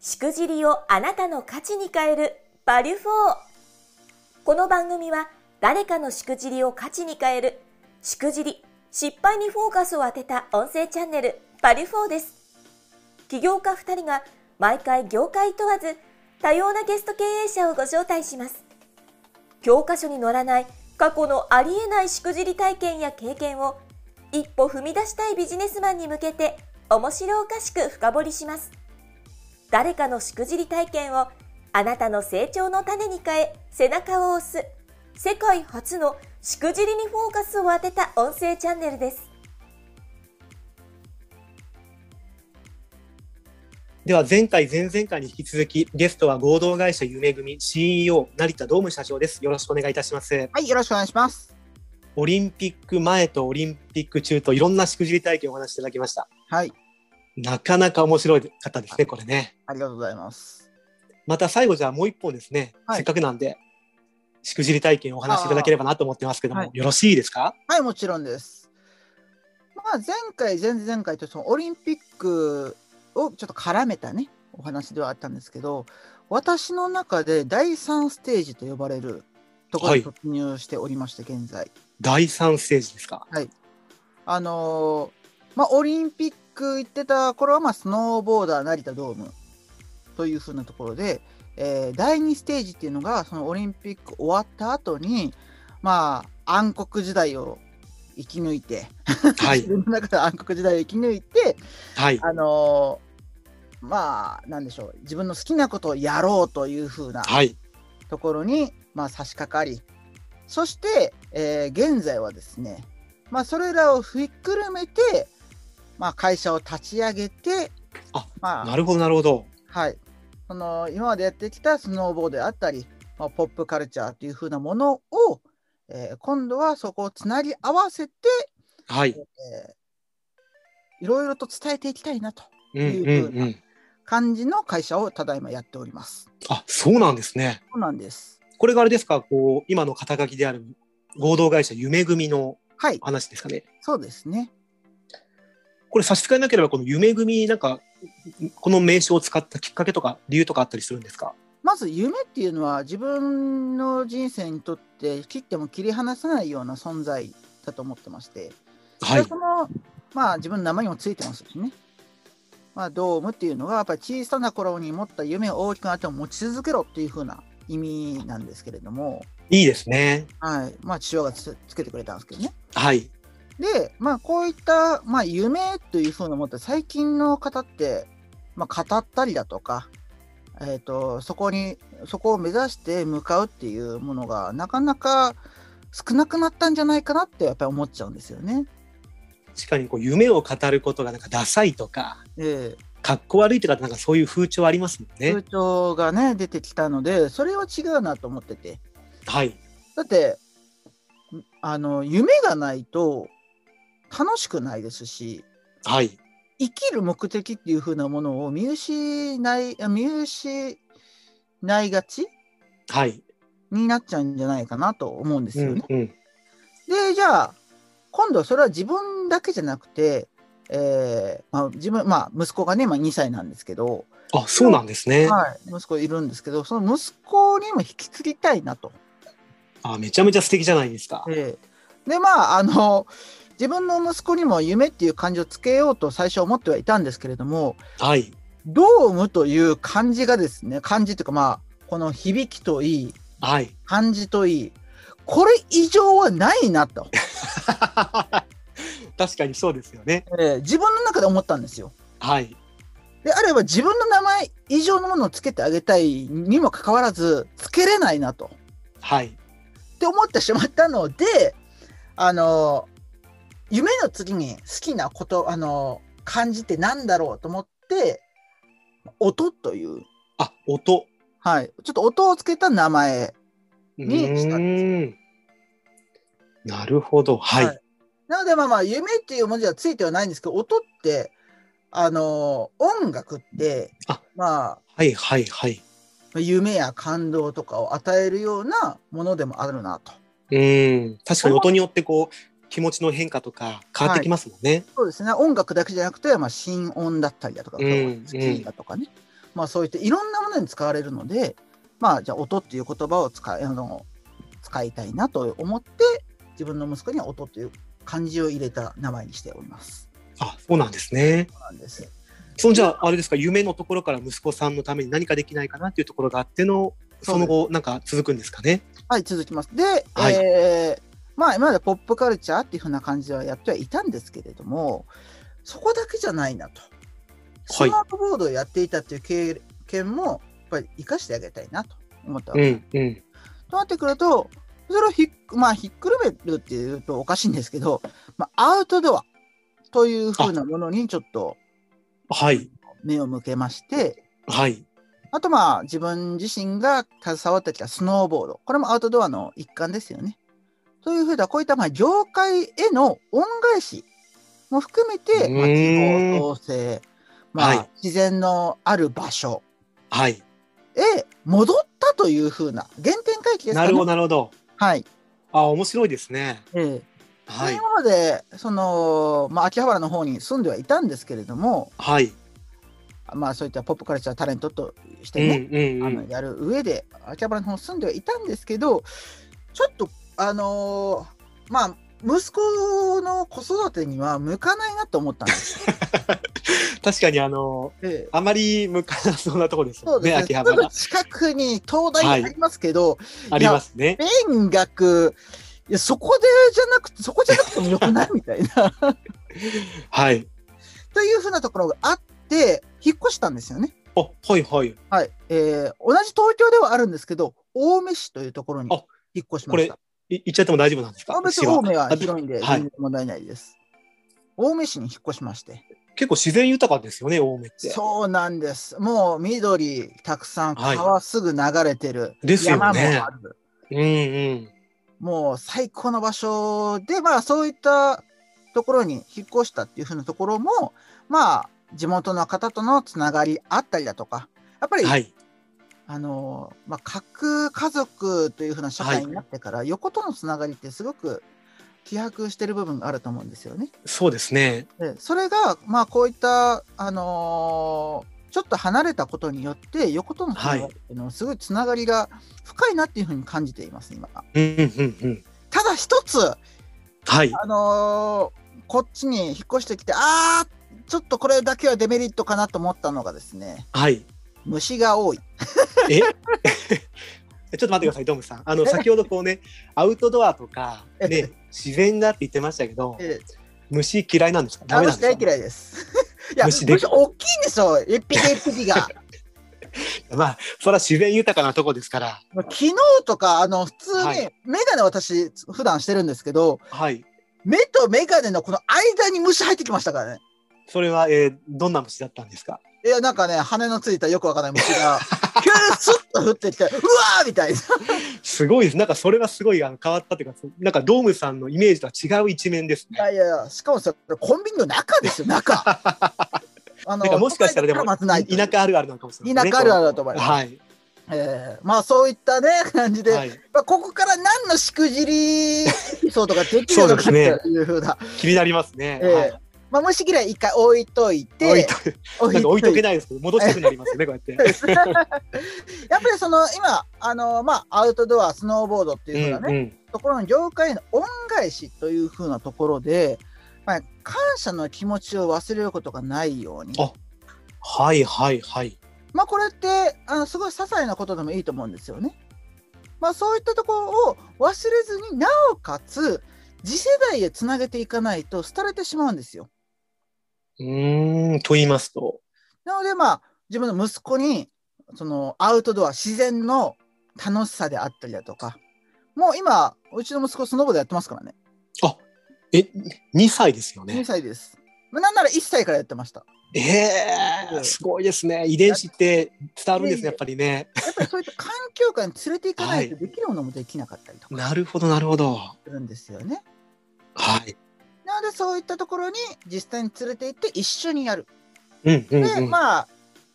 しくじりをあなたの価値に変えるバリュフォーこの番組は誰かのしくじりを価値に変えるしくじり失敗にフォーカスを当てた音声チャンネルバリュフォーです起業家2人が毎回業界問わず多様なゲスト経営者をご招待します教科書に載らない過去のありえないしくじり体験や経験を一歩踏み出したいビジネスマンに向けて面白おかしく深掘りします誰かのしくじり体験をあなたの成長の種に変え背中を押す世界初のしくじりにフォーカスを当てた音声チャンネルですでは前回前々回に引き続きゲストは合同会社夢組 CEO 成田ドーム社長ですよろしくお願いいたしますはい、よろしくお願いします。オリンピック前とオリンピック中といろんなしくじり体験をお話しいただきましたはい、なかなか面白かったですねこれねありがとうございます。また最後じゃあもう一本ですね、はいせっかくなんでしくじり体験をお話しいただければなと思ってますけども、はいよろしいですかはい、もちろんです。まあ、前回、前々回とそのオリンピックをちょっと絡めたね、お話ではあったんですけど、私の中で第3ステージと呼ばれるところには突入しておりまして、現在。第3ステージですかあのーまあ、オリンピック行ってた頃は、まあ、スノーボーダー成田ドームというふうなところで、えー第2ステージっていうのがそのオリンピック終わった後にまあ暗黒時代を生き抜いて、はい自分の中で暗黒時代を生き抜いてはいあのーまあなんでしょう自分の好きなことをやろうというふうな はいところに、まあ、差し掛かりそして、えー現在はですね、まあ、それらをひっくるめて、まあ、会社を立ち上げてあまなるほどなるほどはい、その今までやってきたスノーボードであったり、まあ、ポップカルチャーというふうなものを、えー今度はそこをつなぎ合わせて、はいえーいろいろと伝えていきたいなとうんうんうん感じの会社をただいまやっております。あそうなんですねそうなんです。これがあれですか、こう今の肩書きである合同会社夢組のはい、話ですかね。そうですね。これ差し支えなければ、この夢組、なんか、この名称を使ったきっかけとか、理由とかあったりするんですかまず夢っていうのは自分の人生にとって切っても切り離せないような存在だと思ってまして、はいで。そのまあ自分の名前にもついてますしね、まあ、ドームっていうのがやっぱり小さな頃に持った夢を大きくなっても持ち続けろっていう風な意味なんですけれども、いいですね。はいまあ、父親がつつけてくれたんですけどね。はい。で、まあ、こういった、まあ、夢というふうに思って最近の方って、まあ、語ったりだとか、えー、とそこにそこを目指して向かうっていうものがなかなか少なくなったんじゃないかなってやっぱり思っちゃうんですよね。確かにこう夢を語ることが、なんか、ダサいとか、えかっこ悪いとか、なんかそういう風潮ありますもんえね風。潮がね出てきたのでそれは違うなと思っててはい。だってあの夢がないと楽しくないですしはい。生きる目的っていう風なものを見失いあ見失いがちはい。になっちゃうんじゃないかなと思うんですうよねん。。うん。でじゃあ今度はそれは自分だけじゃなくて、えーまあ、自分まあ息子がね、まあ、2歳なんですけど、あ、そうなんですね。はい、息子いるんですけどその息子にも引き継ぎたいなと。あ、めちゃめちゃ素敵じゃないですか。ええでまああの自分の息子にも夢っていう漢字をつけようと最初思ってはいたんですけれども、はい。ドームという漢字がですね、漢字というかまあ、この響きといい、はい。 漢字といい、これ以上はないなと、確かにそうですよね。えー自分の中で思ったんですよ。はい。であれば自分の名前以上のものをつけてあげたいにもかかわらず、つけれないなと、はい。って思ってしまったので、あの、夢の次に好きなこと、あの、漢字ってなんだろうと思って、音という、あ、音。はい、ちょっと音をつけた名前にしたんですなるほど、はい。はいなのでまあまあ夢っていう文字はついてはないんですけど音ってあのー音楽ってあまはい、はい、はい。あ夢や感動とかを与えるようなものでもあるなと。うん。確かに音によってこう、気持ちの変化とか変わってきますもんね。そうですね音楽だけじゃなくて、まあ、心音だったりだとか、うんスキーだとかね、まあ、そういったいろんなものに使われるので、まあ、じゃあ音っていう言葉を使いあの使いたいなと思って自分の息子には音という漢字を入れた名前にしております。あ、そうなんですね。そうなんですそんじゃあ、あれですか、夢のところから息子さんのために何かできないかなっていうところがあっての、その後、なんか続くんですかね。はい、続きます。で、はいえーまあ、今までポップカルチャーっていうふうな感じはやってはいたんですけれども、そこだけじゃないなと。はスいマートボードをやっていたっていう経験も、やっぱり生かしてあげたいなと思ったわうけでん、す。うん。となってくると、それをひっ,、まあ、ひっくるめるっていうとおかしいんですけど、まあ、アウトドアというふうなものにちょっとはい、目を向けまして、はい、あとまあ自分自身が携わってきたスノーボード。これもアウトドアの一環ですよね。というふうな、こういったまあ業界への恩返しも含めて、まあうーん地方創生、まはあい自然のある場所はい。へ戻ったというふうな原点回帰ですかね。なるほど、なるほど。はい。あ、面白いですね。ええはい、今まで、その、まあ、秋葉原の方に住んではいたんですけれども、はい。まあ、そういったポップカルチャータレントとしてうんね、、うん、うあのん。やる上で秋葉原の方住んではいたんですけどちょっとあのーまあ息子の子育てには向かないなと思った んです。確かに、あの、ええあまり向かなそうなところですそようでね、す秋ね。葉すぐ原。近くに東大がありますけど、ありますね。勉学いやそこでじゃなくてそこじゃなくてもよくないみたい なはい。というふうなところがあって引っ越したんですよね。あ、はい、はい。はい、えー同じ東京ではあるんですけど青梅市というところにあ引っ越しまこしれた。、い言っちゃっても大丈夫なんですかあ別市に青梅は広いんで、は全い然。問題ないです。青梅市に引っ越しまして。結構自然豊かですよね、青梅って。そうなんです。もう緑たくさん、はい川すぐ流れてる。ですよね山もある。うん、うん。もう最高の場所で、まあそういったところに引っ越したっていうふうなところも、まあ地元の方とのつながりあったりだとか、やっぱり、はい。あのー、まあ、核家族というふうな社会になってから、横とのつながりってすごく希薄してる部分があると思うんですよね。そうですね。でそれが、まあ、こういった、あのーちょっと離れたことによって横とのつながりっていうのはすごいつながりが深いなっていうふうに感じています今たうん、うん、うん。だ一つ、はい。あのーこっちに引っ越してきてあーちょっとこれだけはデメリットかなと思ったのがですねはい。虫が多いえちょっと待ってください、ドムさん。 あの、先ほどこうね、アウトドアとか、ね、自然だって言ってましたけど、え虫嫌いなんですかダメなん虫です大か嫌いです いや虫虫で大きいんですよ一匹一匹 がまあ、そら自然豊かなとこですから。昨日とかあの普通に、はいメガネ私普段してるんですけどはい。目とメガネのこの間に虫入ってきましたからね。それは、えーどんな虫だったんですかいや、なんかね、羽のついたよくわからない 虫が、急にスッと降ってきて、うわーみたいな。すごいです。なんかそれはすごいあの変わったというか、そなんかドームさんのイメージとは違う一面ですいね。やいやいや、しかもそれ、コンビニの中です よ、中。あなんかもしかしたらでも都会だら待てない田舎あるあるなのかもしれない、田舎あるあるだと思いますはい。えーまあ、そういったね、感じで、はい、まあ、ここから何のしくじりエピソードができるのかそうってですねいうふうな。気になりますね。えーまあ、虫嫌い一回置いといて、はい、置いとなんか置いとけないですけど、戻したくなりますよ ね、こうやって。やっぱりその、今、あの、まあ、アウトドア、スノーボードっていうふうなね、うんうんところの業界への恩返しというふうなところで、まあ、感謝の気持ちを忘れることがないようにあはいはいはい。まあこれってあのすごい些細なことでもいいと思うんですよね。まあ、そういったところを忘れずになおかつ次世代へつなげていかないと廃れてしまうんですよ。うーん、と言いますと。なのでまあ自分の息子にそのアウトドア自然の楽しさであったりだとかもう今うちの息子スノーボードやってますからねあえ、2歳ですよ2ね。歳です。まあなんなら1歳からやってました。えうー、んすごいですね。遺伝子って伝わるんですね、やっぱりね。やっぱりそういった環境下に連れていかないとできるものもできなかったりとかなるほど、なるほど。するんですよね。はい。なのでそういったところに実際に連れて行って一緒にやる。うんうんで、うん。まあ、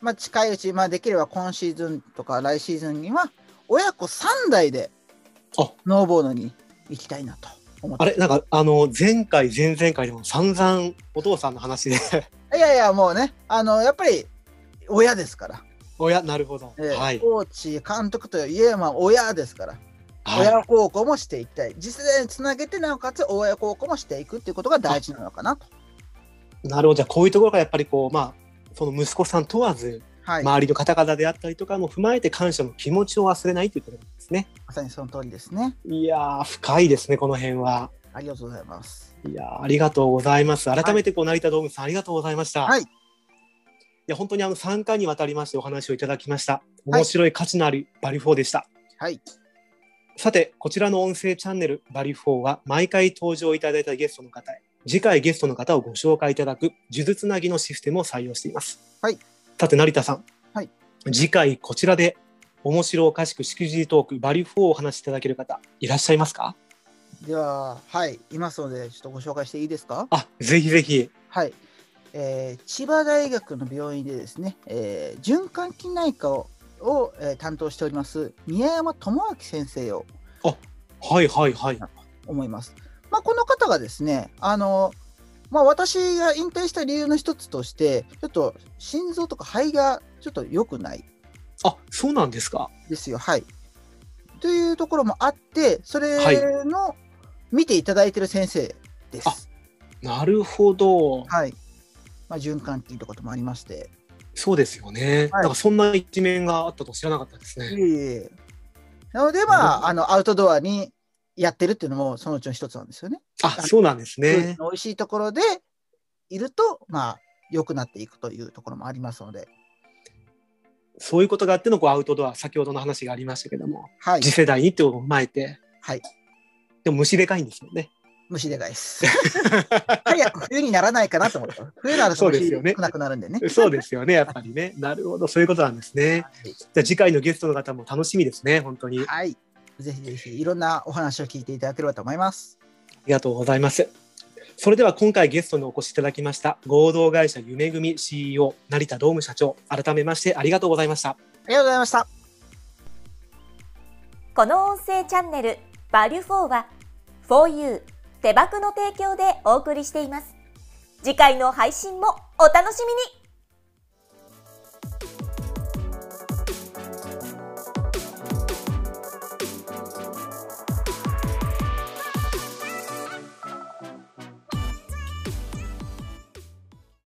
まあ、近いうち、まあ、できれば今シーズンとか来シーズンには親子3代であノーボードに行きたいなと思っあて。れなんかあの前回前々回でも散々お父さんの話で いやいやもうねあのやっぱり親ですから。親、なるほど。えーはい。コーチ、監督といえば親ですから、はい。親孝行もしていきたい、実際につなげて、なおかつ親孝行もしていくっていうことが大事なのかなと。なるほど。じゃあ、こういうところがやっぱりこう、まあ、その息子さん問わず、はい、ま周りの方々であったりとかも踏まえて感謝の気持ちを忘れないということなんですね。さにその通りですね。いやー、深いですね、この辺は。ありがとうございます。いやーありがとうございます。改めてこう成田ドームさん、ありがとうございました。はいいや本当にあの3回にわたりましてお話をいただきました。はい面白い価値のあるバリフォーでした。はい、さて、こちらの音声チャンネル、バリフォーは、毎回登場いただいたゲストの方へ、次回ゲストの方をご紹介いただく、呪術つなぎのシステムを採用しています。はい。さて、成田さん。はい。次回、こちらで、面白おかしくしくじりトーク、バリフォーをお話しいただける方、いらっしゃいますかでは、はい、いますので、ちょっとご紹介していいですか。あ、ぜひぜひ。はい、えー千葉大学の病院でですね、えー循環器内科をを、えー担当しております宮山智明先生をはいはいはい。思います。まあ、この方がですね、あのまあ、私が引退した理由の一つとして、ちょっと心臓とか肺がちょっと良くないあ、そうなんですか。ですよ。はい、というところもあって、そはいれの見ていただいてる先生です。あなるほど。はいまあ、循環器ということもありまして、そうですよね。はなんいかそんな一面があったと知らなかったですいね。えいえなので、まあ、なあのアウトドアにやってるっていうのもそのうちの一つなんですよね。あ、そうなんです空ね気。の美味しいところでいると、まあ、良くなっていくというところもありますので、そういうことがあってのこうアウトドア、先ほどの話がありましたけども、はい次、世代にってことを踏まえて、はい、でも虫でかいんですよね。虫でか いです。早く冬にならないかなと思った。冬になるとそうです虫よね少なくなるんでね。そうですよね、やっぱりね。 なるほど、そういうことなんですね。じゃあ次回のゲストの方も楽しみですね、本当に。あはい。ぜひぜひいろんなお話を聞いていただければと思います。りがとうございます。それでは今回ゲストにお越しいただきました合同会社夢組 CEO 成田ドーム社長改めましてありがとうございましたありがとうございました。この音声チャンネル「バリュフォーは「4U」手箱の提供でお送りしています次回の配信もお楽しみに